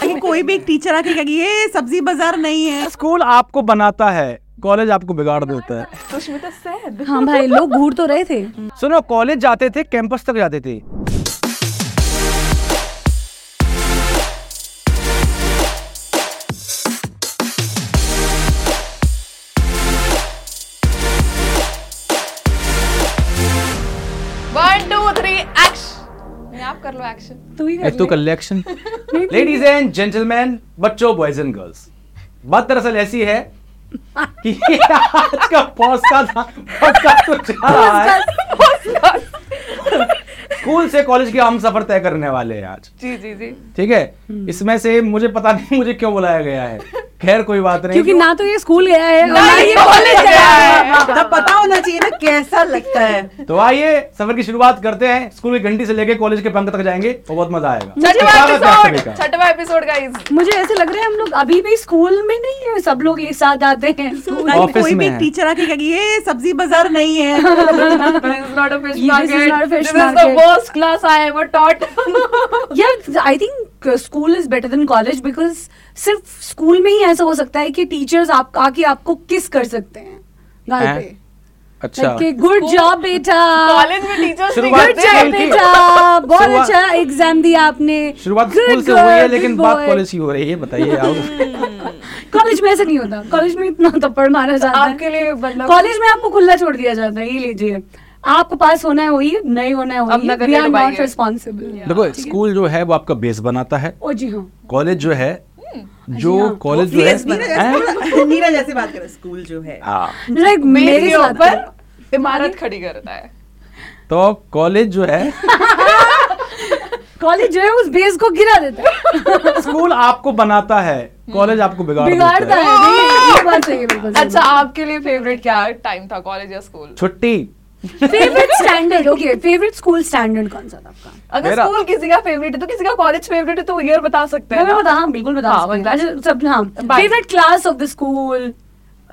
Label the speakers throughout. Speaker 1: कि कोई भी एक टीचर आके कहेगी ये सब्जी बाजार नहीं है
Speaker 2: स्कूल आपको बनाता है कॉलेज आपको बिगाड़ देता है
Speaker 3: सुष्मिता सैद
Speaker 4: हाँ भाई लोग घूर तो रहे थे
Speaker 2: सुनो कॉलेज जाते थे कैंपस तक जाते थे
Speaker 3: वन टू थ्री एक्शन आप कर लो एक्शन
Speaker 4: तू ही
Speaker 2: एक तो कलेक्शन लेडीज एंड जेंटलमैन बच्चों बॉयज एंड गर्ल्स बात दरअसल ऐसी है कि ये आज का पॉडकास्ट पॉडकास्ट तो जा रहा है स्कूल से कॉलेज की हम सफर तय करने वाले हैं आज
Speaker 3: जी जी जी
Speaker 2: ठीक है इसमें से मुझे पता नहीं मुझे क्यों बुलाया गया है खैर कोई बात नहीं
Speaker 4: क्योंकि ना तो ये स्कूल गया है और ना ये
Speaker 3: कॉलेज
Speaker 1: तब पता होना चाहिए ना कैसा लगता है
Speaker 2: तो आइए सफर की शुरुआत करते हैं स्कूल की घंटी से लेके कॉलेज के पंख तक जाएंगे और बहुत मजा आएगा तो
Speaker 3: छठवा
Speaker 2: स्वागत है आप सभी
Speaker 3: एपिसोड
Speaker 2: का।
Speaker 3: छठवा एपिसोड गाइस
Speaker 4: मुझे ऐसे लग रहा है हम लोग अभी भी स्कूल में नहीं है सब लोग एक साथ आते हैं स्कूल
Speaker 1: कि
Speaker 2: ऑफिस
Speaker 1: कोई
Speaker 2: में
Speaker 1: भी एक
Speaker 2: है।
Speaker 1: टीचर आके कहेगी ये सब्जी बाजार नहीं है
Speaker 3: this is not a fish
Speaker 4: This is not a
Speaker 3: market this
Speaker 4: fish
Speaker 3: is the
Speaker 4: market.
Speaker 3: Worst class I ever taught
Speaker 4: यार I think school is better than college because सिर्फ स्कूल में ही ऐसा हो सकता है कि टीचर्स आप आके आपको किस कर सकते हैं गाल
Speaker 2: हैं?
Speaker 4: पे
Speaker 2: अच्छा
Speaker 4: गुड जॉब बेटा
Speaker 3: कॉलेज में टीचर्स नहीं
Speaker 2: शुरुआत
Speaker 4: गुड
Speaker 3: करते
Speaker 2: से की।
Speaker 4: जॉब बेटा बहुत
Speaker 2: शुरुआत-
Speaker 4: अच्छा एग्जाम दिया आपने
Speaker 2: शुरुआत
Speaker 4: Good
Speaker 2: स्कूल से हुई है
Speaker 4: girl,
Speaker 2: लेकिन
Speaker 4: good
Speaker 2: बात
Speaker 4: boy.
Speaker 2: कॉलेज की हो रही है बताइए आप
Speaker 4: कॉलेज में ऐसा नहीं होता कॉलेज में इतना थप्पड़ मारा जाता है
Speaker 3: आपके लिए मतलब
Speaker 4: कॉलेज में आपको खुला छोड़ दिया जाता है ये लीजिए आपको पास होना है वही नहीं होना है
Speaker 3: अब नगर
Speaker 4: वही वी आर
Speaker 3: निगम
Speaker 4: नॉट
Speaker 3: आएंगे।
Speaker 4: रिस्पॉन्सिबल
Speaker 2: देखो स्कूल जो है वो आपका बेस बनाता है
Speaker 4: ओ जी हाँ
Speaker 2: कॉलेज जो है जो
Speaker 4: हाँ,
Speaker 2: कॉलेज जो
Speaker 1: सीरियस मीरा
Speaker 2: है हैं?
Speaker 1: जैसे मीरा जैसे बात करो स्कूल जो है
Speaker 2: हाँ,
Speaker 4: लाइक
Speaker 3: मेरे
Speaker 4: मेरे
Speaker 3: के
Speaker 4: साथ
Speaker 3: ऊपर इमारत खड़ी करता है
Speaker 2: तो कॉलेज जो है
Speaker 4: कॉलेज जो है उस बेस को गिरा देता है
Speaker 2: स्कूल आपको बनाता है कॉलेज आपको बिगाड़
Speaker 4: बिगाड़ता
Speaker 2: देता है
Speaker 4: है नहीं, नहीं, ये बात सही है बिल्कुल सही
Speaker 3: अच्छा
Speaker 4: बात।
Speaker 3: आपके लिए फेवरेट क्या टाइम था कॉलेज या स्कूल
Speaker 2: छुट्टी
Speaker 4: favourite standard okay favourite school standard कौन सा था आपका
Speaker 3: अगर
Speaker 2: मेरा-
Speaker 3: स्कूल किसी का फेवरेट है तो किसी का कॉलेज फेवरेट है तो ईयर बता सकते हैं
Speaker 4: मैं
Speaker 3: ना?
Speaker 4: बता हाँ बिल्कुल बता
Speaker 3: हाँ,
Speaker 4: सकती हूँ।
Speaker 3: बता।
Speaker 4: अच्छा, सब हाँ
Speaker 3: bye.
Speaker 4: Favourite class of the school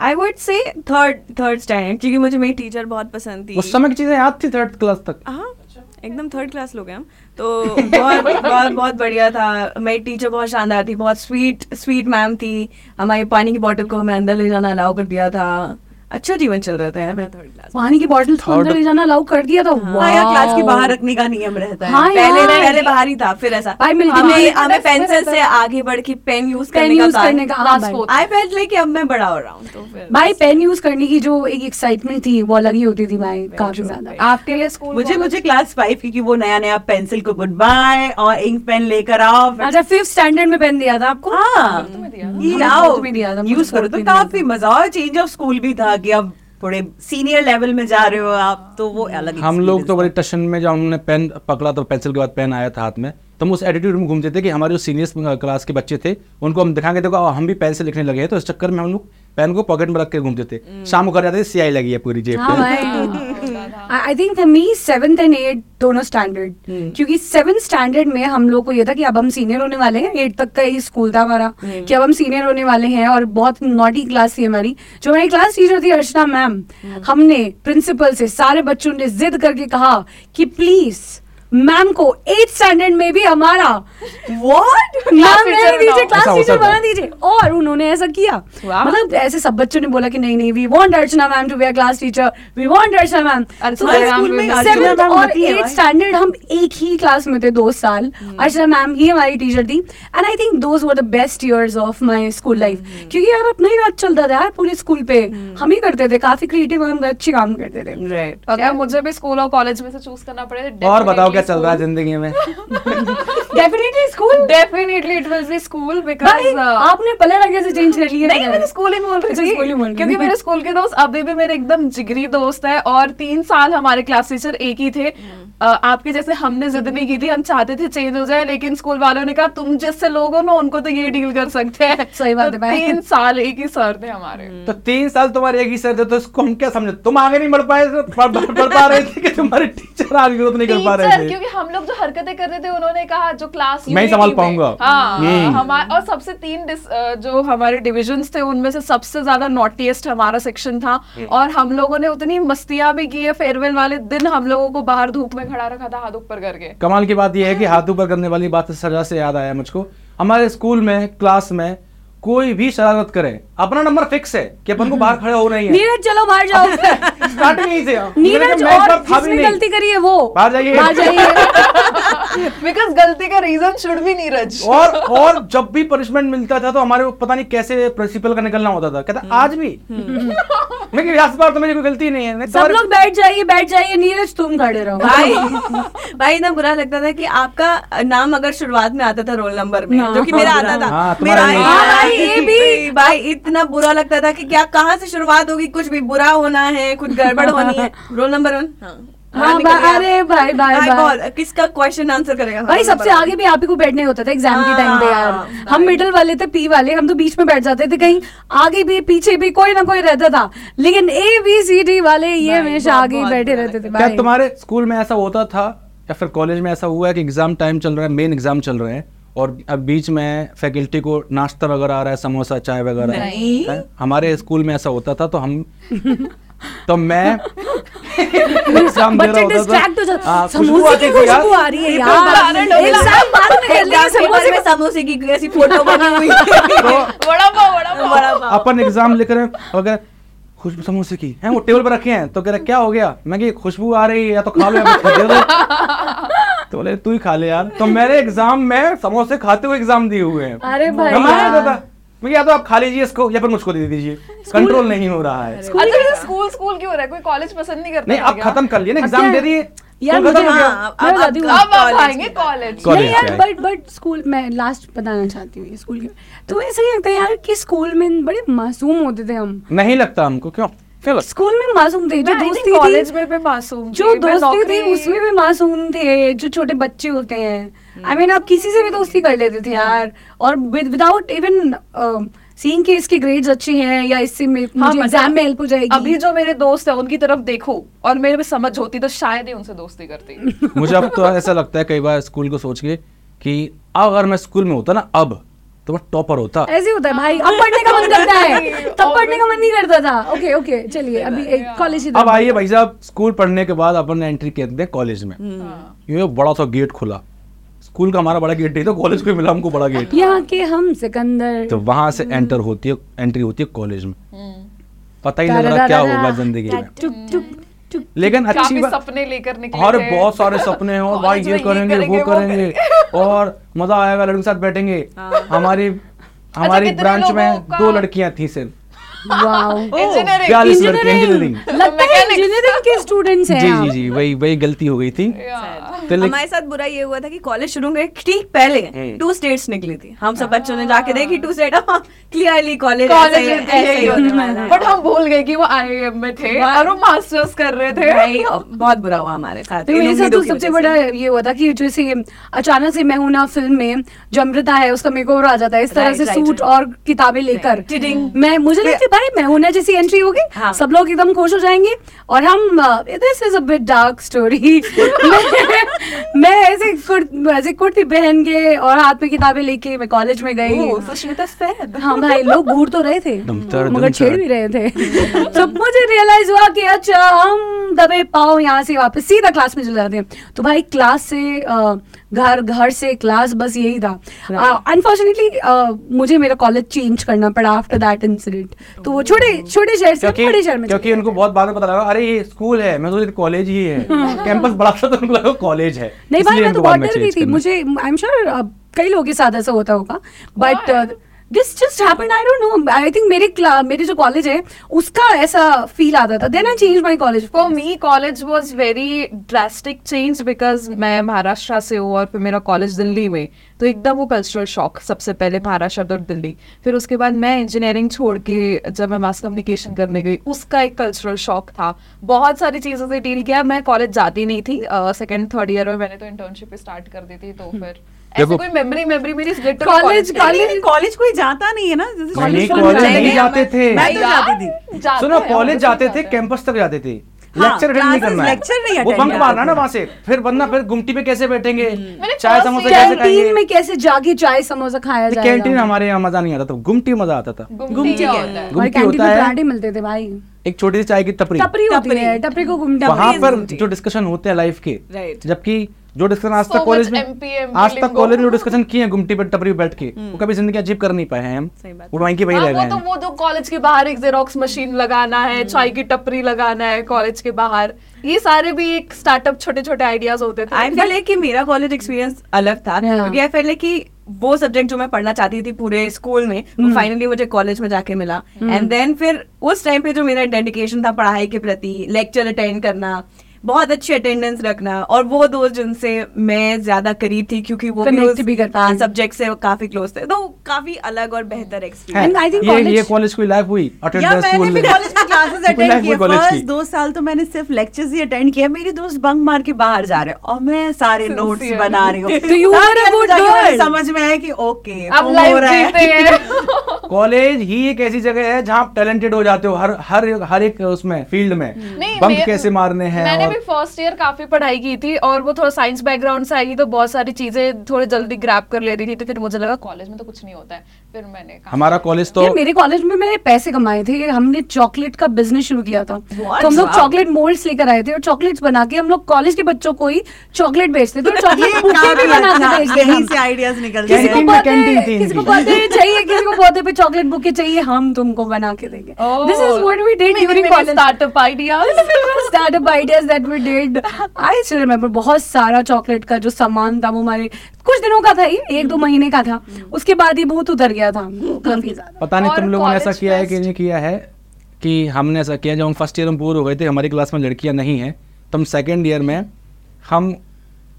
Speaker 5: I would say third third standard क्योंकि मुझे मेरी टीचर बहुत पसंद थी
Speaker 2: उस समय की चीजें याद थी थर्ड क्लास तक
Speaker 5: हाँ
Speaker 3: अच्छा।
Speaker 5: एकदम थर्ड क्लास लोग हैं हम तो बहुत बहुत बहुत बढ़िया था मेरी टीचर बहुत शानदार थी बहुत स्वीट स्वीट मैम थी हमारी पानी की बॉटल को हमें अंदर ले जाना अलाउ कर दिया था अच्छा जीवन चल रहा था यार मेरा थर्ड क्लास
Speaker 4: पानी की बॉटल को अंदर ले जाना अलाउ कर दिया था
Speaker 1: हाँ यार क्लास के बाहर रखने का नियम रहता है
Speaker 4: हाँ
Speaker 5: पहले
Speaker 4: यार।
Speaker 5: पहले बाहर ही था फिर ऐसा
Speaker 4: भाई, मिलती नहीं।
Speaker 5: हमें हमें पेंसिल से आगे बढ़ के पेन यूज
Speaker 4: पेन
Speaker 5: करने का
Speaker 4: यूज करने का हाँ
Speaker 3: Class
Speaker 4: भाई।
Speaker 3: fourth।
Speaker 5: आई पेन लेके अब मैं बड़ा हो रहा हूँ तो फिर
Speaker 4: भाई पेन यूज करने की जो एक एक्साइटमेंट थी वो अलग ही होती थी भाई काफी ज्यादा
Speaker 3: आपके लिए स्कूल
Speaker 1: मुझे
Speaker 3: कॉलेज-
Speaker 1: मुझे क्लास फाइव क्योंकि वो नया नया पेंसिल को गुड बाय और इंक पेन लेकर आओ फिर-
Speaker 4: अच्छा फिफ्थ स्टैंडर्ड में पेन दिया था आपको
Speaker 1: हाँ
Speaker 3: तुम्हें दिया
Speaker 1: ये
Speaker 4: हमने
Speaker 1: आओ
Speaker 4: fourth
Speaker 5: हाँ।
Speaker 4: में दिया था, मुझे
Speaker 1: यूज करो
Speaker 4: fourth
Speaker 1: तो
Speaker 4: में दिया
Speaker 1: काफी मजा और चेंज ऑफ स्कूल भी था कि अब थोड़े सीनियर लेवल में जा रहे हो आप तो वो अलग
Speaker 2: हम लोग तो
Speaker 1: experience
Speaker 2: बड़े टशन में जब हमने पेन पकड़ा तो पेंसिल के बाद पेन आया था हाथ में तो हम उस एटीट्यूड में घूमते थे कि हमारे जो सीनियर क्लास के बच्चे थे उनको हम दिखाएंगे देखो आओ, हम भी पेन से लिखने लगे हैं तो इस चक्कर में हम लोग पेन को पॉकेट में रख के घूमते थे
Speaker 3: हम्म।
Speaker 2: शाम को घर जाते थे सियाई लगी है पूरी जेब
Speaker 4: हाँ
Speaker 2: पे
Speaker 4: भाई I think for me seventh and eight दोनों स्टैंडर्ड
Speaker 3: हम्म।
Speaker 4: क्योंकि सेवन्थ स्टैंडर्ड में हम लोग को ये था कि अब हम सीनियर होने वाले हैं एट तक का ही स्कूल था हमारा
Speaker 3: हम्म।
Speaker 4: कि अब हम सीनियर होने वाले हैं और बहुत नॉटी क्लास थी हमारी जो हमारी क्लास टीचर थी अर्चना मैम
Speaker 3: हम्म।
Speaker 4: हमने प्रिंसिपल से सारे बच्चों ने जिद करके कहा कि प्लीज मैम को एट स्टैंडर्ड में भी हमारा व्हाट मैम
Speaker 3: teacher
Speaker 4: रहने दीजिए
Speaker 3: बनाओ।
Speaker 4: क्लास
Speaker 2: ऐसा होता
Speaker 4: टीचर
Speaker 2: था।
Speaker 4: बना दीजिए और उन्होंने ऐसा किया
Speaker 3: वाह।
Speaker 4: मतलब ऐसे सब बच्चों ने बोला कि नहीं नहीं we want Archana ma'am to be class teacher we want Archana तो मैम
Speaker 3: अर्चना
Speaker 1: हमारे
Speaker 3: मैम
Speaker 1: स्कूल में
Speaker 3: भी
Speaker 1: अर्चना
Speaker 4: सेवेंथ
Speaker 1: मैम
Speaker 4: और
Speaker 1: होती है
Speaker 4: एट
Speaker 1: भाई।
Speaker 4: स्टैंडर्ड हम एक ही क्लास में थे दो साल अर्चना मैम ही हमारी टीचर थी and I think those were the best years of my school life क्योंकि यार अपना ही राज चलता था यार पूरे स्कूल पे हम ही करते थे काफी क्रिएटिव और हम अच्छे काम करते थे
Speaker 5: राइट
Speaker 3: अगर मुझे भी स्कूल और कॉलेज में से चूज करना पड़े तो
Speaker 2: और बताओ क्या
Speaker 3: definitely
Speaker 2: चल रहा है
Speaker 3: school.
Speaker 2: जिंदगी में
Speaker 4: definitely school
Speaker 3: Definitely it will be school because
Speaker 4: भाई
Speaker 3: uh,
Speaker 4: आपने पलट आगे से चेंज कर लिया
Speaker 3: नहीं मैंने स्कूल ही बोल रही
Speaker 4: अच्छा,
Speaker 3: थी
Speaker 4: school ही बोल रही
Speaker 3: क्योंकि
Speaker 4: थी।
Speaker 3: मेरे स्कूल के दोस्त अभी भी मेरे एकदम जिगरी दोस्त है और तीन साल हमारे क्लास टीचर एक ही थे
Speaker 4: हम्म।
Speaker 3: अ, आपके जैसे हमने जिद नहीं की थी हम चाहते थे चेंज हो जाए लेकिन स्कूल वालों ने कहा तुम जिससे लोग हो ना उनको तो ये डील कर सकते हैं
Speaker 4: सही बात
Speaker 3: तो
Speaker 4: है भाई।
Speaker 3: तीन साल एक ही सर थे हमारे
Speaker 2: तो तीन साल तुम्हारे एक ही सर थे तो इसको हम क्या समझे तुम आगे नहीं बढ़ पाए बढ़ बढ़ पा रहे थे कि तुम्हारे टीचर आगे ग्रोथ नहीं कर पा
Speaker 3: टीचर
Speaker 2: रहे थे
Speaker 3: क्योंकि हम लोग जो हरकतें कर रहे थे उन्होंने कहा जो क्लास
Speaker 2: मैं ही
Speaker 3: unity
Speaker 2: संभाल
Speaker 3: में-
Speaker 2: पाऊंगा।
Speaker 3: हाँ
Speaker 2: हम्म।
Speaker 3: हमारे और सबसे तीन dis- अ, जो हमारे डिविजन्स थे उनमें से सबसे ज्यादा नॉटीएस्ट हमारा सेक्शन था
Speaker 2: हम्म।
Speaker 3: और हम लोगों ने उतनी मस्तियां भी की है फेयरवेल वाले दिन हम लोगों को बाहर धूप में खड़ा रखा था हाथ ऊपर करके
Speaker 2: कमाल की बात यह है कि हाथ ऊपर करने वाली बात से सजा से याद आया मुझको हमारे स्कूल में क्लास में कोई भी शरारत करे अपना नंबर फिक्स है कि अपन को बाहर खड़े होना ही है
Speaker 4: नीरज चलो बाहर जाओ
Speaker 2: स्टार्टिंग यहीं से मैंने
Speaker 4: नीरज
Speaker 2: कहा, मैं इस
Speaker 4: और
Speaker 2: बार था भी
Speaker 4: जिसने
Speaker 2: नहीं।
Speaker 4: गलती करी है वो
Speaker 2: बाहर जाइए।
Speaker 4: बाहर जाइए
Speaker 3: बिकॉज गलती का रीजन शुड बी नीरज
Speaker 2: और और जब भी पनिशमेंट मिलता था तो हमारे को पता नहीं कैसे प्रिंसिपल का निकलना होता था
Speaker 4: हम्म।
Speaker 2: कहता आज भी मैं कि इस बार तो मेरी कोई गलती नहीं है नहीं,
Speaker 4: सब
Speaker 2: तुम्हारे-
Speaker 4: लोग बैठ जाइए बैठ जाइए नीरज तुम खड़े रहो
Speaker 5: भाई भाई इतना बुरा लगता था कि आपका नाम अगर शुरुआत में आता था रोल नंबर में
Speaker 4: हाँ,
Speaker 5: जो कि मेरा आता था
Speaker 2: हाँ, तुम्हारा
Speaker 5: मेरा
Speaker 2: नहीं।
Speaker 5: हाँ,
Speaker 4: हाँ,
Speaker 5: भाई ये
Speaker 4: ये
Speaker 5: भी भाई इतना बुरा लगता था कि क्या कहाँ से शुरुआत होगी कुछ भी बुरा होना है कुछ गड़बड़ होनी है रोल नंबर वन हाँ
Speaker 4: हाँ,
Speaker 5: निकल
Speaker 4: बा-
Speaker 5: गया।
Speaker 4: अरे भाई, भाई,
Speaker 5: भाई,
Speaker 4: भाई।
Speaker 5: बहुत- किसका क्वेश्चन आंसर करेगा
Speaker 4: भाई
Speaker 5: रोल
Speaker 4: सबसे
Speaker 5: नंबर
Speaker 4: आगे भी आप ही को बैठने होता था एग्जाम के टाइम पे यार
Speaker 5: हाँ,
Speaker 4: हम
Speaker 5: भाई।
Speaker 4: मिडिल वाले थे पी वाले हम तो बीच में बैठ जाते थे कहीं आगे भी पीछे भी कोई ना कोई रहता था लेकिन ए बी सी डी वाले ये
Speaker 5: भाई,
Speaker 4: हमेशा
Speaker 5: बहुत-
Speaker 4: आगे ही
Speaker 5: बहुत
Speaker 4: बैठे
Speaker 5: बुरा
Speaker 4: रहते थे
Speaker 2: क्या
Speaker 4: भाई
Speaker 2: तुम्हारे स्कूल में ऐसा होता था या फिर कॉलेज में ऐसा हुआ है कि एग्जाम टाइम चल रहा है मेन एग्जाम चल रहे हैं और अब बीच में फैकल्टी को नाश्ता वगैरह आ रहा है समोसा चाय वगैरह
Speaker 5: नहीं।
Speaker 2: है? हमारे स्कूल में ऐसा होता था तो हम तो मैं एग्जाम दे रहा होता
Speaker 4: बच्चे
Speaker 2: था।
Speaker 4: डिस्ट्रैक्ट हो जाते
Speaker 2: हाँ, खुशबू
Speaker 4: समोसे
Speaker 2: आती
Speaker 4: की
Speaker 2: थी यार।
Speaker 4: खुशबू आ रही है
Speaker 5: एक
Speaker 4: यार
Speaker 5: उदाहरण हो गया।
Speaker 4: एग्जाम बाद में कर लेंगे
Speaker 5: एग्जाम पेपर
Speaker 4: समोसे
Speaker 5: में
Speaker 4: की- हाँ,
Speaker 5: समोसे की ऐसी फोटो बनी हुई बड़ा
Speaker 3: बड़ा पाव बड़ा पाव
Speaker 5: पाव।
Speaker 2: अपन एग्जाम लिख रहे हैं और कह खुशबू समोसे की है वो टेबल पर रखे हैं तो कह रहा क्या हो गया मैं कि खुशबू आ रही है या तो खा लो या मत खाओ, दे दो तो बोले तू ही खा ले यार तो मैंने एग्जाम में समोसे खाते हुए एग्जाम दिए हुए हैं
Speaker 4: अरे भाई
Speaker 2: हमारे
Speaker 4: यार।
Speaker 2: यहाँ होता था। मैं कि या तो आप खा लीजिए इसको या फिर मुझको दे दीजिए कंट्रोल नहीं हो रहा है
Speaker 3: अच्छा ये स्कूल स्कूल क्यों हो रहा है कोई कॉलेज पसंद नहीं करता
Speaker 2: नहीं
Speaker 3: है
Speaker 2: आप
Speaker 3: क्या?
Speaker 2: खत्म कर लिए ना
Speaker 4: अब
Speaker 2: एग्जाम
Speaker 4: क्या
Speaker 2: दे
Speaker 4: है?
Speaker 2: दिए
Speaker 4: यार
Speaker 2: तुम खत्म
Speaker 4: मुझे-
Speaker 2: हो गया।
Speaker 4: हाँ, मैं बताती हूँ।
Speaker 3: अब आप
Speaker 5: कॉलेज
Speaker 3: आएंगे
Speaker 5: की बात।
Speaker 3: कॉलेज
Speaker 2: कॉलेज
Speaker 4: नहीं यार
Speaker 2: क्या है?
Speaker 4: बट बट स्कूल मैं लास्ट बताना चाहती हूँ ये स्कूल के तो ऐसा ही लगता है यार कि स्कूल में बड़े मासूम होते थे हम
Speaker 2: नहीं लगता हमको क्यों क्यों लगता
Speaker 4: स्कूल में मासूम थे जो दोस्ती थी
Speaker 3: कॉलेज में भी मासूम
Speaker 4: जो
Speaker 3: थी, मैं
Speaker 4: दोस्ती थी
Speaker 3: नौकरी-
Speaker 4: उसमें भी मासूम थे जो छोटे बच्चे होते हैं आई मीन आप किसी से भी दोस्ती कर लेते थे यार और विदाउट इवन सीइंग के um, इसके ग्रेड्स अच्छे हैं या इससे मे-
Speaker 3: हाँ,
Speaker 4: मुझे
Speaker 3: मतलब
Speaker 4: एग्जाम में हेल्प हो जाएगी
Speaker 3: अभी जो मेरे दोस्त है उनकी तरफ देखो और मेरे में समझ होती तो शायद ही उनसे दोस्ती करती
Speaker 2: मुझे अब तो ऐसा लगता है कई बार स्कूल को सोच के कि अब अगर मैं स्कूल में होता ना अब तो मैं टॉपर होता
Speaker 4: ऐसे होता है भाई अब पढ़ने का मन करता है तब
Speaker 3: Obviously.
Speaker 4: पढ़ने का मन नहीं करता था ओके ओके चलिए अभी कॉलेज ही
Speaker 2: अब आइए भाई साहब स्कूल पढ़ने के बाद अपन ने एंट्री कर दिया कॉलेज में
Speaker 3: हम्म।
Speaker 2: ये बड़ा सा गेट खुला स्कूल का हमारा बड़ा गेट नहीं था कॉलेज को ही मिला हमको बड़ा गेट
Speaker 4: हाँ। यहाँ के हम सिकंदर
Speaker 2: तो वहां से
Speaker 3: हम्म।
Speaker 2: एंटर होती है एंट्री होती है कॉलेज में
Speaker 5: हम्म।
Speaker 2: पता ही नहीं लगा
Speaker 4: तारा-
Speaker 2: क्या
Speaker 4: तारा-
Speaker 2: होगा जिंदगी में
Speaker 4: टुक टुक टुक
Speaker 2: लेकिन अच्छी
Speaker 3: काफी
Speaker 2: बात
Speaker 3: सपने लेकर निकले
Speaker 2: और
Speaker 3: थे।
Speaker 2: बहुत सारे सपने हो भाई
Speaker 3: College
Speaker 2: ये
Speaker 3: में
Speaker 2: करेंगे वो करेंगे और मजा आएगा लड़कों के साथ बैठेंगे हमारी हमारी
Speaker 3: हाँ। अच्छा, कितने
Speaker 2: ब्रांच में
Speaker 3: लोगों का-
Speaker 2: दो लड़कियां थी सिर्फ
Speaker 4: वाओ
Speaker 3: Engineering.
Speaker 2: बयालीस लड़के
Speaker 4: इंजीनियरिंग
Speaker 2: इंजीनियरिंग
Speaker 4: लगता है
Speaker 3: Mechanics.
Speaker 4: इंजीनियरिंग के स्टूडेंट्स
Speaker 3: अच्छा,
Speaker 4: हैं
Speaker 2: जी
Speaker 3: हाँ।
Speaker 4: आप।
Speaker 2: जी जी वही वही गलती हो गई थी
Speaker 3: Yeah.
Speaker 2: तो लेकिन-
Speaker 5: हमारे साथ बुरा ये हुआ था कि कॉलेज शुरू होने के ठीक पहले
Speaker 2: हम्म।
Speaker 5: टू स्टेट्स निकली थी हम सब बच्चों ने जाके देखी two state clearly college
Speaker 3: college
Speaker 5: ऐसे ही- ऐसे ही होने वाला है।
Speaker 3: बट हम भूल गए कि वो आईआईएम में थे और वो मास्टर्स कर रहे थे
Speaker 5: भाई बहुत बुरा हुआ हमारे साथ
Speaker 4: तो
Speaker 5: इन
Speaker 4: मेरे साथ
Speaker 5: उम्मीदों
Speaker 4: तो
Speaker 5: की
Speaker 4: सबसे
Speaker 5: वजह
Speaker 4: बड़ा
Speaker 5: से।
Speaker 4: ये हुआ था कि जैसे ये अचानक से मैं हूं ना फिल्म में जो अमृता है उसका मेकओवर आ जाता है इस तरह
Speaker 5: Right,
Speaker 4: से
Speaker 5: right,
Speaker 4: सूट
Speaker 5: right.
Speaker 4: और किताबें लेकर
Speaker 5: Tidding.
Speaker 4: मैं मुझे लगता है भाई मैं हूं ना जैसी एंट्री होगी
Speaker 5: हाँ।
Speaker 4: सब लोग एकदम खुश हो जाएंगे और हम uh, this is a bit dark story मैं ऐसे कुर- ऐसे कुर्ती पहन के और हाथ में किताबें लेके मैं कॉलेज में गई
Speaker 5: ओह, सुष्मिता सैन।
Speaker 4: हाँ भाई लोग घूर तो रहे थे
Speaker 2: दम तर,
Speaker 4: मगर
Speaker 2: दम
Speaker 4: छेड़
Speaker 2: तर।
Speaker 4: भी रहे थे तो मुझे रियलाइज हुआ कि अच्छा हम दबे पाओ यहाँ से वापस सीधा क्लास में चले जाते हैं तो भाई क्लास से अ, घर घर से क्लास बस यही था अनफॉर्चुनेटली मुझे मेरा कॉलेज चेंज करना पड़ा आफ्टर दैट इंसिडेंट तो वो छोटे छोटे शहर से बड़े शहर
Speaker 2: क्योंकि
Speaker 4: में
Speaker 2: क्योंकि
Speaker 4: चले
Speaker 2: उनको
Speaker 4: गए।
Speaker 2: बहुत बाद में पता लगा अरे ये स्कूल है मैं सोच कॉलेज ही है कैंपस बड़ा सा तो उनको लगा कॉलेज है
Speaker 4: हाँ। नहीं भाई
Speaker 2: इसलिए
Speaker 4: मैं तो
Speaker 2: उनको
Speaker 4: बहुत
Speaker 2: बाद में
Speaker 4: डर गई
Speaker 2: change
Speaker 4: थी
Speaker 2: करना।
Speaker 4: मुझे आई एम श्योर कई लोगों के साथ ऐसा होता होगा uh, but this just happened I don't know I think मेरे cla- मेरे जो कॉलेज है उसका ऐसा फील आता था then I change my college
Speaker 3: for me college was very drastic change because मैं महाराष्ट्र से हूँ और फिर मेरा कॉलेज दिल्ली में तो एकदम वो कल्चरल शॉक सबसे पहले महाराष्ट्र और दिल्ली फिर उसके बाद मैं इंजीनियरिंग छोड़ के जब मैं मास कम्युनिकेशन करने गई उसका एक कल्चरल शॉक था बहुत सारी चीज़ों से डील किया मैं कॉलेज जाती नहीं थी सेकेंड थर्ड ईयर में मैंने तो इंटर्नशिप स्टार्ट कर दी थी तो फिर ऐसे
Speaker 2: देखो-
Speaker 3: कोई मेमोरी मेमोरी मेरी
Speaker 4: College का-
Speaker 1: कॉलेज कॉलेज कोई जाता नहीं है ना जैसे
Speaker 2: नहीं,
Speaker 1: कॉलेज
Speaker 2: कॉलेज
Speaker 1: जाएंगे।
Speaker 2: नहीं जाते थे।
Speaker 1: मैं तो जाती थी
Speaker 2: सुनो कॉलेज जाते थे कैंपस तक जाते थे
Speaker 1: हाँ,
Speaker 2: लेक्चर अटेंड नहीं
Speaker 1: classes,
Speaker 2: करना है
Speaker 1: lecture नहीं
Speaker 2: वो
Speaker 1: attend
Speaker 2: बंक मारना है ना
Speaker 1: करना।
Speaker 2: वहां से फिर वरना फिर गुमटी में कैसे बैठेंगे
Speaker 3: मैंने
Speaker 2: चाय
Speaker 3: first
Speaker 2: समोसा
Speaker 3: year-
Speaker 2: कैसे
Speaker 4: कैंटीन
Speaker 2: खाएंगे
Speaker 4: में कैसे जाके चाय समोसा खाया जाएगा
Speaker 2: कैंटीन हमारे यहाँ मजा नहीं आता था गुमटी में मजा आता था
Speaker 3: गुमटी क्या होता है
Speaker 4: हमारे
Speaker 2: गुमटी
Speaker 4: कैंटीन
Speaker 2: होता
Speaker 4: में
Speaker 2: है-
Speaker 4: पराठे मिलते थे भाई
Speaker 2: एक छोटी सी चाय की टपरी
Speaker 4: टपरी होती
Speaker 5: टपरी।
Speaker 4: है टपरी को घूमता
Speaker 2: वहां
Speaker 5: is
Speaker 2: पर
Speaker 5: गुमटी।
Speaker 2: जो डिस्कशन होते हैं लाइफ के
Speaker 5: Right.
Speaker 2: जबकि जो डिस्कशन आज
Speaker 3: So
Speaker 2: तक कॉलेज
Speaker 3: much
Speaker 2: में
Speaker 3: MPM
Speaker 2: आज तक
Speaker 3: लिंगो।
Speaker 2: कॉलेज में जो डिस्कशन किए हैं गुमटी पर टपरी पे बैठ के
Speaker 3: हम्म।
Speaker 2: वो कभी जिंदगी अजीब कर नहीं पाए हैं हम
Speaker 5: सही बात।
Speaker 2: वो वहीं के वहीं
Speaker 3: हाँ,
Speaker 2: रह
Speaker 3: वो
Speaker 2: गए
Speaker 3: तो
Speaker 2: हैं
Speaker 3: वो जो कॉलेज के बाहर एक जेरोक्स मशीन लगाना है
Speaker 2: हम्म।
Speaker 3: चाय की टपरी लगाना है कॉलेज के बाहर ये सारे भी एक स्टार्टअप छोटे छोटे आइडियाज होते थे
Speaker 5: आई फील लाइक कि मेरा कॉलेज एक्सपीरियंस अलग था
Speaker 4: Yeah.
Speaker 5: क्योंकि आई फील लाइक कि वो सब्जेक्ट जो मैं पढ़ना चाहती थी पूरे स्कूल में वो
Speaker 4: Hmm.
Speaker 5: फाइनली मुझे कॉलेज में जाके मिला एंड देन फिर उस टाइम पे जो मेरा डेडिकेशन था पढ़ाई के प्रति लेक्चर अटेंड करना बहुत अच्छी अटेंडेंस रखना और वो दोस्त जिनसे मैं ज्यादा करीब थी क्योंकि वो
Speaker 4: Connect भी करते थे।
Speaker 5: सब्जेक्ट से काफी क्लोज थे तो काफी अलग और बेहतर एक्सपीरियंस
Speaker 2: है।
Speaker 4: And I think
Speaker 2: ये ये
Speaker 4: college-
Speaker 2: कॉलेज की लाइफ हुई
Speaker 1: या
Speaker 2: अटेंडेंस
Speaker 1: मैंने भी कॉलेज में क्लासेस अटेंड किए फर्स्ट दो साल तो मैंने सिर्फ लेक्चर्स ही अटेंड किए मेरे दोस्त बंक मार के बाहर जा रहे हैं और मैं सारे नोट्स
Speaker 3: Sincere.
Speaker 1: बना रही हूँ
Speaker 4: So तो you
Speaker 1: ताकि
Speaker 4: were a
Speaker 1: मुझे
Speaker 4: good
Speaker 1: जाके मुझे
Speaker 4: girl.
Speaker 1: समझ में आया कि ओके
Speaker 3: अब लाइफ
Speaker 1: हो रहा
Speaker 3: जीते
Speaker 1: है
Speaker 3: हैं
Speaker 2: कॉलेज ही एक ऐसी जगह है जहाँ आप टैलेंटेड हो जाते हो हर हर हर एक उसमें फील्ड में बंक
Speaker 3: मैं-
Speaker 2: कैसे मारने हैं
Speaker 3: मैंने
Speaker 2: और
Speaker 3: भी फर्स्ट ईयर काफी पढ़ाई की थी और वो थोड़ा साइंस बैकग्राउंड से आई थी, तो बहुत सारी चीजें थोड़ी जल्दी ग्रैप कर ले रही थी तो फिर मुझे लगा कॉलेज में तो कुछ नहीं होता है फिर मैंने कहा-
Speaker 2: हमारा कॉलेज तो
Speaker 4: यार मेरे कॉलेज में मैंने पैसे कमाए थे हमने चॉकलेट का बिजनेस शुरू किया था तो हम लोग
Speaker 5: Wow.
Speaker 4: चॉकलेट मोल्ड्स लेकर आए थे और चॉकलेट्स बना के हम लोग कॉलेज के बच्चों को ही चॉकलेट बेचते थे और
Speaker 1: ये
Speaker 4: चॉकलेट बुके भी बना के
Speaker 1: काम है,
Speaker 4: बेचते थे
Speaker 1: यहीं
Speaker 4: हम।
Speaker 1: से आइडियाज निकल
Speaker 4: किसी
Speaker 1: रहे
Speaker 4: को
Speaker 2: Canteen
Speaker 1: हैं
Speaker 2: में
Speaker 4: बर्थडे
Speaker 2: canteen थी
Speaker 4: किसी को
Speaker 2: इनकी।
Speaker 4: बर्थडे चाहिए किसी को बर्थडे पे चॉकलेट बुके चाहिए हम तुमको बना के देंगे
Speaker 3: Oh.
Speaker 4: This is what we did
Speaker 3: Maybe
Speaker 4: during
Speaker 3: मेरे
Speaker 4: college
Speaker 3: startup ideas.
Speaker 4: Startup ideas that we did I still remember बहुत सारा चॉकलेट का जो सामान था वो हमारे कुछ दिनों का था ये एक दो महीने का था उसके बाद ये बहुत उतर गया था काफी ज्यादा
Speaker 2: पता नहीं
Speaker 3: और
Speaker 2: तुम लोगों ने ऐसा
Speaker 3: कॉलेज
Speaker 2: किया है कि
Speaker 3: फेस्ट।
Speaker 2: नहीं किया है कि हमने ऐसा किया जब हम फर्स्ट ईयर में बोर हो गए थे हमारी क्लास में लड़कियां नहीं हैं तो हम सेकेंड ईयर में हम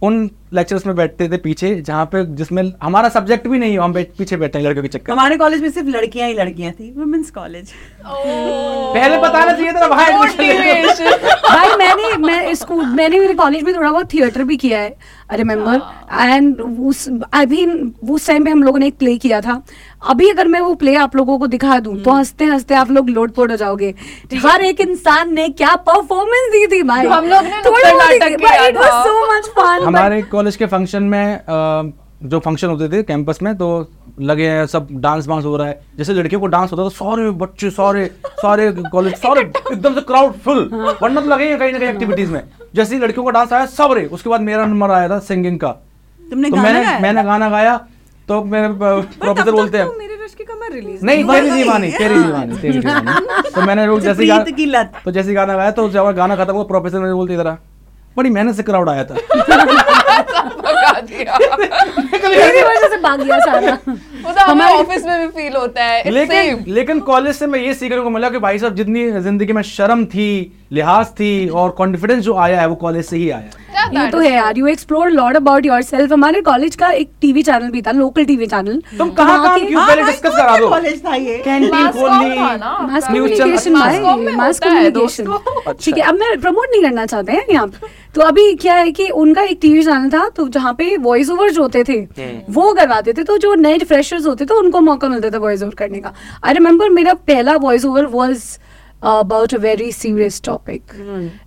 Speaker 2: उन लेक्चर्स में बैठते थे पीछे जहाँ पे जिसमें हमारा सब्जेक्ट भी नहीं हो हम बैठ- पीछे बैठे हैं लड़कियों के चक्कर में।
Speaker 1: हमारे कॉलेज में सिर्फ लड़कियां ही लड़कियां थी वुमेन्स कॉलेज
Speaker 3: Oh.
Speaker 2: पहले बताना चाहिए था ना भाई admission ले लो।
Speaker 4: भाई मैंने मैं स्कूल मैंने मेरे कॉलेज में थोड़ा बहुत थिएटर भी किया है आई रिमेम्बर एंड उस अभी उस टाइम पे हम लोगों ने एक प्ले किया था अभी अगर मैं वो प्ले आप लोगों को दिखा दूं
Speaker 3: हम्म।
Speaker 4: तो हंसते हंसते आप लोग लोटपोट हो जाओगे हर एक इंसान ने क्या परफॉर्मेंस दी थी भाई
Speaker 3: हम लोग ने
Speaker 4: थोड़ा
Speaker 3: नुक्कड़ नाटक किया
Speaker 4: इट वाज
Speaker 3: था।
Speaker 4: सो मच फन
Speaker 2: हमारे कॉलेज के फंक्शन में अ, जो फंक्शन होते थे कैंपस में तो लगे हैं सब डांस वांस हो रहा है जैसे लड़कियों को डांस होता था सारे बच्चे सारे सारे कॉलेज सारे एकदम से क्राउड फुल वरना तो लगे हैं कहीं ना कहीं एक्टिविटीज में जैसे ही लड़कियों का डांस आया सब रे उसके बाद मेरा नंबर आया था सिंगिंग का
Speaker 1: तुमने
Speaker 2: तो
Speaker 1: गाना
Speaker 2: मैंने
Speaker 1: गाया?
Speaker 2: मैंने गाना गाया तो मेरे प्रोफेसर बोलते हैं
Speaker 5: तो मेरे रश की कमर रिलीज
Speaker 2: नहीं
Speaker 1: हुआ
Speaker 2: तेरी
Speaker 1: तो
Speaker 2: दीवानी
Speaker 1: नहीं।
Speaker 2: तेरी दीवानी तेरी दीवानी तो मैंने लोग
Speaker 1: अच्छा,
Speaker 2: जैसे ही
Speaker 1: प्रीत
Speaker 2: गाना-
Speaker 1: की लत।
Speaker 2: तो जैसे ही गाना गाया तो जब गाना खत्म हुआ प्रोफेसर मेरे बोलते इधर आ। बड़ी मेहनत से क्राउड आया था
Speaker 3: भगा दिया
Speaker 4: मेरी वजह से भाग गया सारा
Speaker 3: उसे हमें ऑफिस में भी फील होता है इट्स
Speaker 2: लेकिन
Speaker 3: सेम
Speaker 2: लेकिन कॉलेज से मैं ये सीखने को मिला कि भाई साहब जितनी जिंदगी में शर्म थी लिहाज थी और कॉन्फिडेंस जो आया है वो कॉलेज से ही आया है
Speaker 4: ये तो है यार you explore lot about yourself हमारे कॉलेज का एक टीवी चैनल भी था लोकल टीवी चैनल
Speaker 2: तुम कहाँ
Speaker 4: वहाँ
Speaker 2: काम
Speaker 4: के-
Speaker 2: क्यों तो पहले
Speaker 1: हाँ,
Speaker 2: डिस्कस करा दो
Speaker 1: कॉलेज था ये
Speaker 2: कैंटीन खोल
Speaker 4: मास
Speaker 2: ली
Speaker 4: कम्युनिकेशन
Speaker 2: म्यूचुअल
Speaker 3: भाई। हाँ, Mass comm में
Speaker 4: मास
Speaker 3: होता है
Speaker 4: कम्युनिकेशन
Speaker 3: दोस्तों।
Speaker 4: ठीक है अब मैं प्रमोट नहीं करना चाहते हैं यहाँ पे तो अभी क्या है कि उनका एक टीवी चैनल था तो जहाँ पे वॉइस ओवर जो होते थे वो करवाते थे तो जो नए फ्रेशर्स होते थे उनको मौका मिलता था वॉइस ओवर करने का आई रिमेम्बर मेरा पहला voice over was about a very serious topic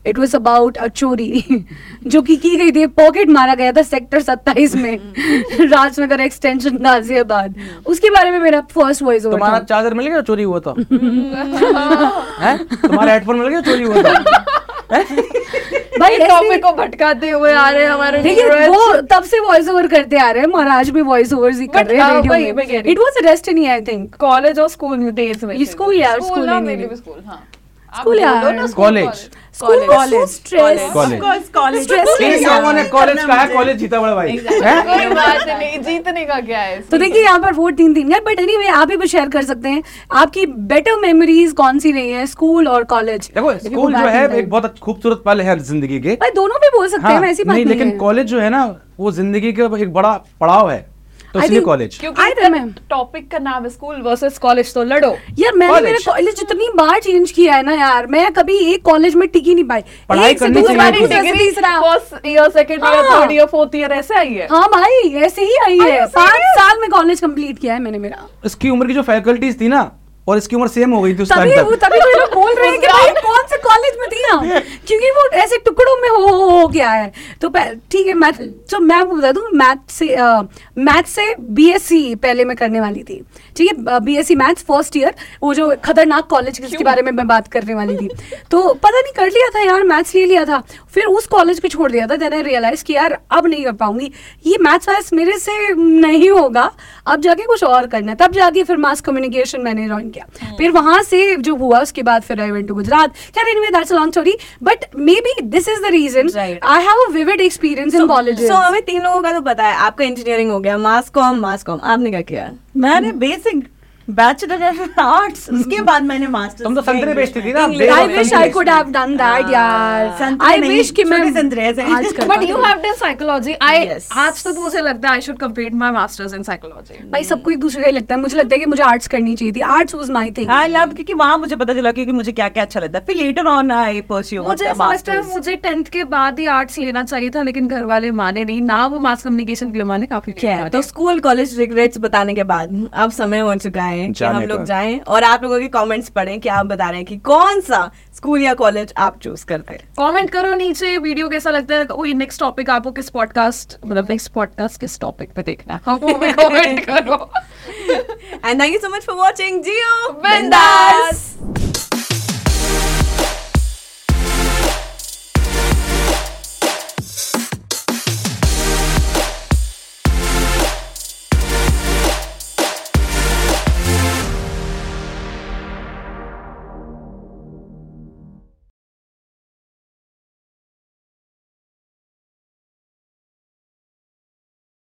Speaker 4: it was about a चोरी जो कि की गई थी पॉकेट मारा गया था सेक्टर 27 में राजनगर एक्सटेंशन गाजियाबाद उसके बारे में मेरा फर्स्ट वॉइस ओवर
Speaker 2: तुम्हारा
Speaker 4: था
Speaker 2: चार्जर मिल गया चोरी हुआ था हैं? तुम्हारा हेडफोन मिल गया चोरी हुआ था
Speaker 4: भाई
Speaker 3: इस
Speaker 4: ऐसे- हाँ,
Speaker 3: टॉपिक को भटकाते हुए आ रहे हैं हमारे
Speaker 4: देखिए
Speaker 3: viewers।
Speaker 4: वो तब से वॉइस ओवर करते आ रहे हैं महाराज भी वॉइस ओवर ही कर
Speaker 3: But,
Speaker 4: रहे हैं
Speaker 3: uh, वही
Speaker 4: रेडियो
Speaker 3: मैं कह
Speaker 4: में
Speaker 3: रही
Speaker 4: it was destiny I think
Speaker 3: college और स्कूल डेज में
Speaker 4: स्कूल यार
Speaker 3: स्कूल
Speaker 4: स्कूल
Speaker 3: ना
Speaker 4: नहीं,
Speaker 3: मेरे
Speaker 4: नहीं
Speaker 3: भी स्कूल हाँ आप
Speaker 4: School यार।
Speaker 3: बोलो ना school,
Speaker 2: College।
Speaker 4: School
Speaker 5: College,
Speaker 4: college stress
Speaker 2: college।
Speaker 1: Of course, college
Speaker 4: Stress
Speaker 1: तो
Speaker 4: नहीं
Speaker 2: इन
Speaker 1: याद
Speaker 2: लोगों ने
Speaker 1: करना
Speaker 2: कॉलेज कहा है
Speaker 1: मुझे।
Speaker 2: कॉलेज जीता बड़ा भाई हैं?
Speaker 3: कोई बात नहीं जीतने का क्या है
Speaker 4: तो देखिए यहाँ पर वो तीन तीन है बट एनी आप भी कुछ शेयर कर सकते हैं आपकी बेटर मेमोरीज कौन सी रही है स्कूल और कॉलेज
Speaker 2: देखो स्कूल जो है एक बहुत अच्छा- खूबसूरत पल है जिंदगी के हाँ,
Speaker 4: भाई दोनों भी बोल सकते हैं मैं ऐसी बात
Speaker 2: नहीं
Speaker 4: नहीं
Speaker 2: लेकिन कॉलेज जो है ना वो जिंदगी का एक बड़ा पड़ाव है तो
Speaker 4: I
Speaker 2: इसलिए
Speaker 4: think-
Speaker 2: कॉलेज
Speaker 4: I
Speaker 3: क्योंकि
Speaker 4: remember.
Speaker 3: टॉपिक का नाम है स्कूल वर्सेस कॉलेज तो लड़ो
Speaker 4: यार मैंने मेरा
Speaker 2: college।
Speaker 4: कॉलेज जितनी बार चेंज किया है ना यार मैं कभी एक कॉलेज में टिकी नहीं पाई
Speaker 2: पढ़ाई
Speaker 4: एक से
Speaker 2: करनी
Speaker 4: दूसरा,
Speaker 2: चाहिए
Speaker 4: दूसरा से तीसरा
Speaker 3: फर्स्ट ईयर सेकंड ईयर
Speaker 4: हाँ।
Speaker 3: थर्ड ईयर फोर्थ ईयर ऐसे आई है
Speaker 4: हाँ भाई ऐसे ही आई
Speaker 3: Are
Speaker 4: है
Speaker 3: you
Speaker 4: पांच
Speaker 3: serious?
Speaker 4: साल में कॉलेज कंप्लीट किया है मैंने मेरा
Speaker 2: इसकी उम्र की जो फैकल्टीज थी ना और इसकी उम्र सेम हो गई थी उस टाइम
Speaker 4: तभी वो
Speaker 2: तक
Speaker 4: तभी वो लोग बोल रहे हैं कि भाई कौन से कॉलेज में थी हम क्योंकि वो ऐसे टुकड़ों में हो हो हो गया है तो पह- ठीक है मैथ तो मैं आपको बता दूं मैथ से मैथ से बीएससी पहले मैं करने वाली थी ठीक है बीएससी मैथ्स फर्स्ट ईयर वो जो खतरनाक कॉलेज जिसके बारे में मैं बात करने वाली थी तो पता नहीं कर लिया था यार मैथ्स ले लिया था फिर उस कॉलेज को छोड़ दिया था देन आई रियलाइज कि यार अब नहीं कर पाऊंगी ये मैथ्स वाइस मेरे से नहीं होगा अब जाके कुछ और करना है तब जाके फिर मास कम्युनिकेशन मैंने ज्वाइन
Speaker 1: हाँ।
Speaker 4: किया फिर वहां से जो हुआ उसके बाद फिर आई वेंट टू गुजरात खैर anyway that's a long story but maybe this is the reason
Speaker 5: Right.
Speaker 4: I have a vivid experience in college
Speaker 5: so हमें तीन लोगों का तो पता है आपका इंजीनियरिंग हो गया मास कॉम मास कॉम आपने क्या किया
Speaker 1: मैंने बेसिक बैचलर इन आर्ट्स उसके बाद मैंने मास्टर्स
Speaker 2: तुम तो संतरे बेचती थी ना
Speaker 4: I wish I could have done that यार
Speaker 1: संतरे
Speaker 4: आई
Speaker 1: Ah, नहीं,
Speaker 4: विश कि मैं
Speaker 1: छोटे संतरे ऐसे।
Speaker 4: आज कर
Speaker 3: बट
Speaker 4: पाती।
Speaker 3: You have done psychology I
Speaker 1: Yes.
Speaker 3: आज तक मुझे लगता है I should complete my masters in psychology
Speaker 4: भाई सबको एक दूसरे का ही लगता है मुझे लगता है कि मुझे आर्ट्स करनी चाहिए थी arts was my thing
Speaker 1: I love क्योंकि वहां मुझे पता चला कि मुझे क्या क्या अच्छा लगता है फिर लेटर ऑन आई परस्यू
Speaker 3: मुझे ऐसा लगता है मुझे टेंथ के बाद ही आर्ट्स लेना चाहिए था लेकिन घर वाले माने नहीं ना वो मास कम्युनिकेशन के लिए माने काफी
Speaker 5: क्या है तो स्कूल कॉलेज रिग्रेट्स बताने के बाद अब समय हो चुका है कि
Speaker 2: जाने
Speaker 5: हम लोग
Speaker 2: का।
Speaker 5: जाएं और आप लोगों के कमेंट्स पढ़ें कि आप बता रहे हैं कि कौन सा स्कूल या कॉलेज आप चूज करते हैं
Speaker 3: कमेंट करो नीचे वीडियो कैसा लगता है कोई नेक्स्ट टॉपिक आपको किस पॉडकास्ट मतलब नेक्स्ट पॉडकास्ट किस टॉपिक पे देखना है हमको भी कमेंट करो
Speaker 5: and thank you so much for watching जियो
Speaker 3: बिंदास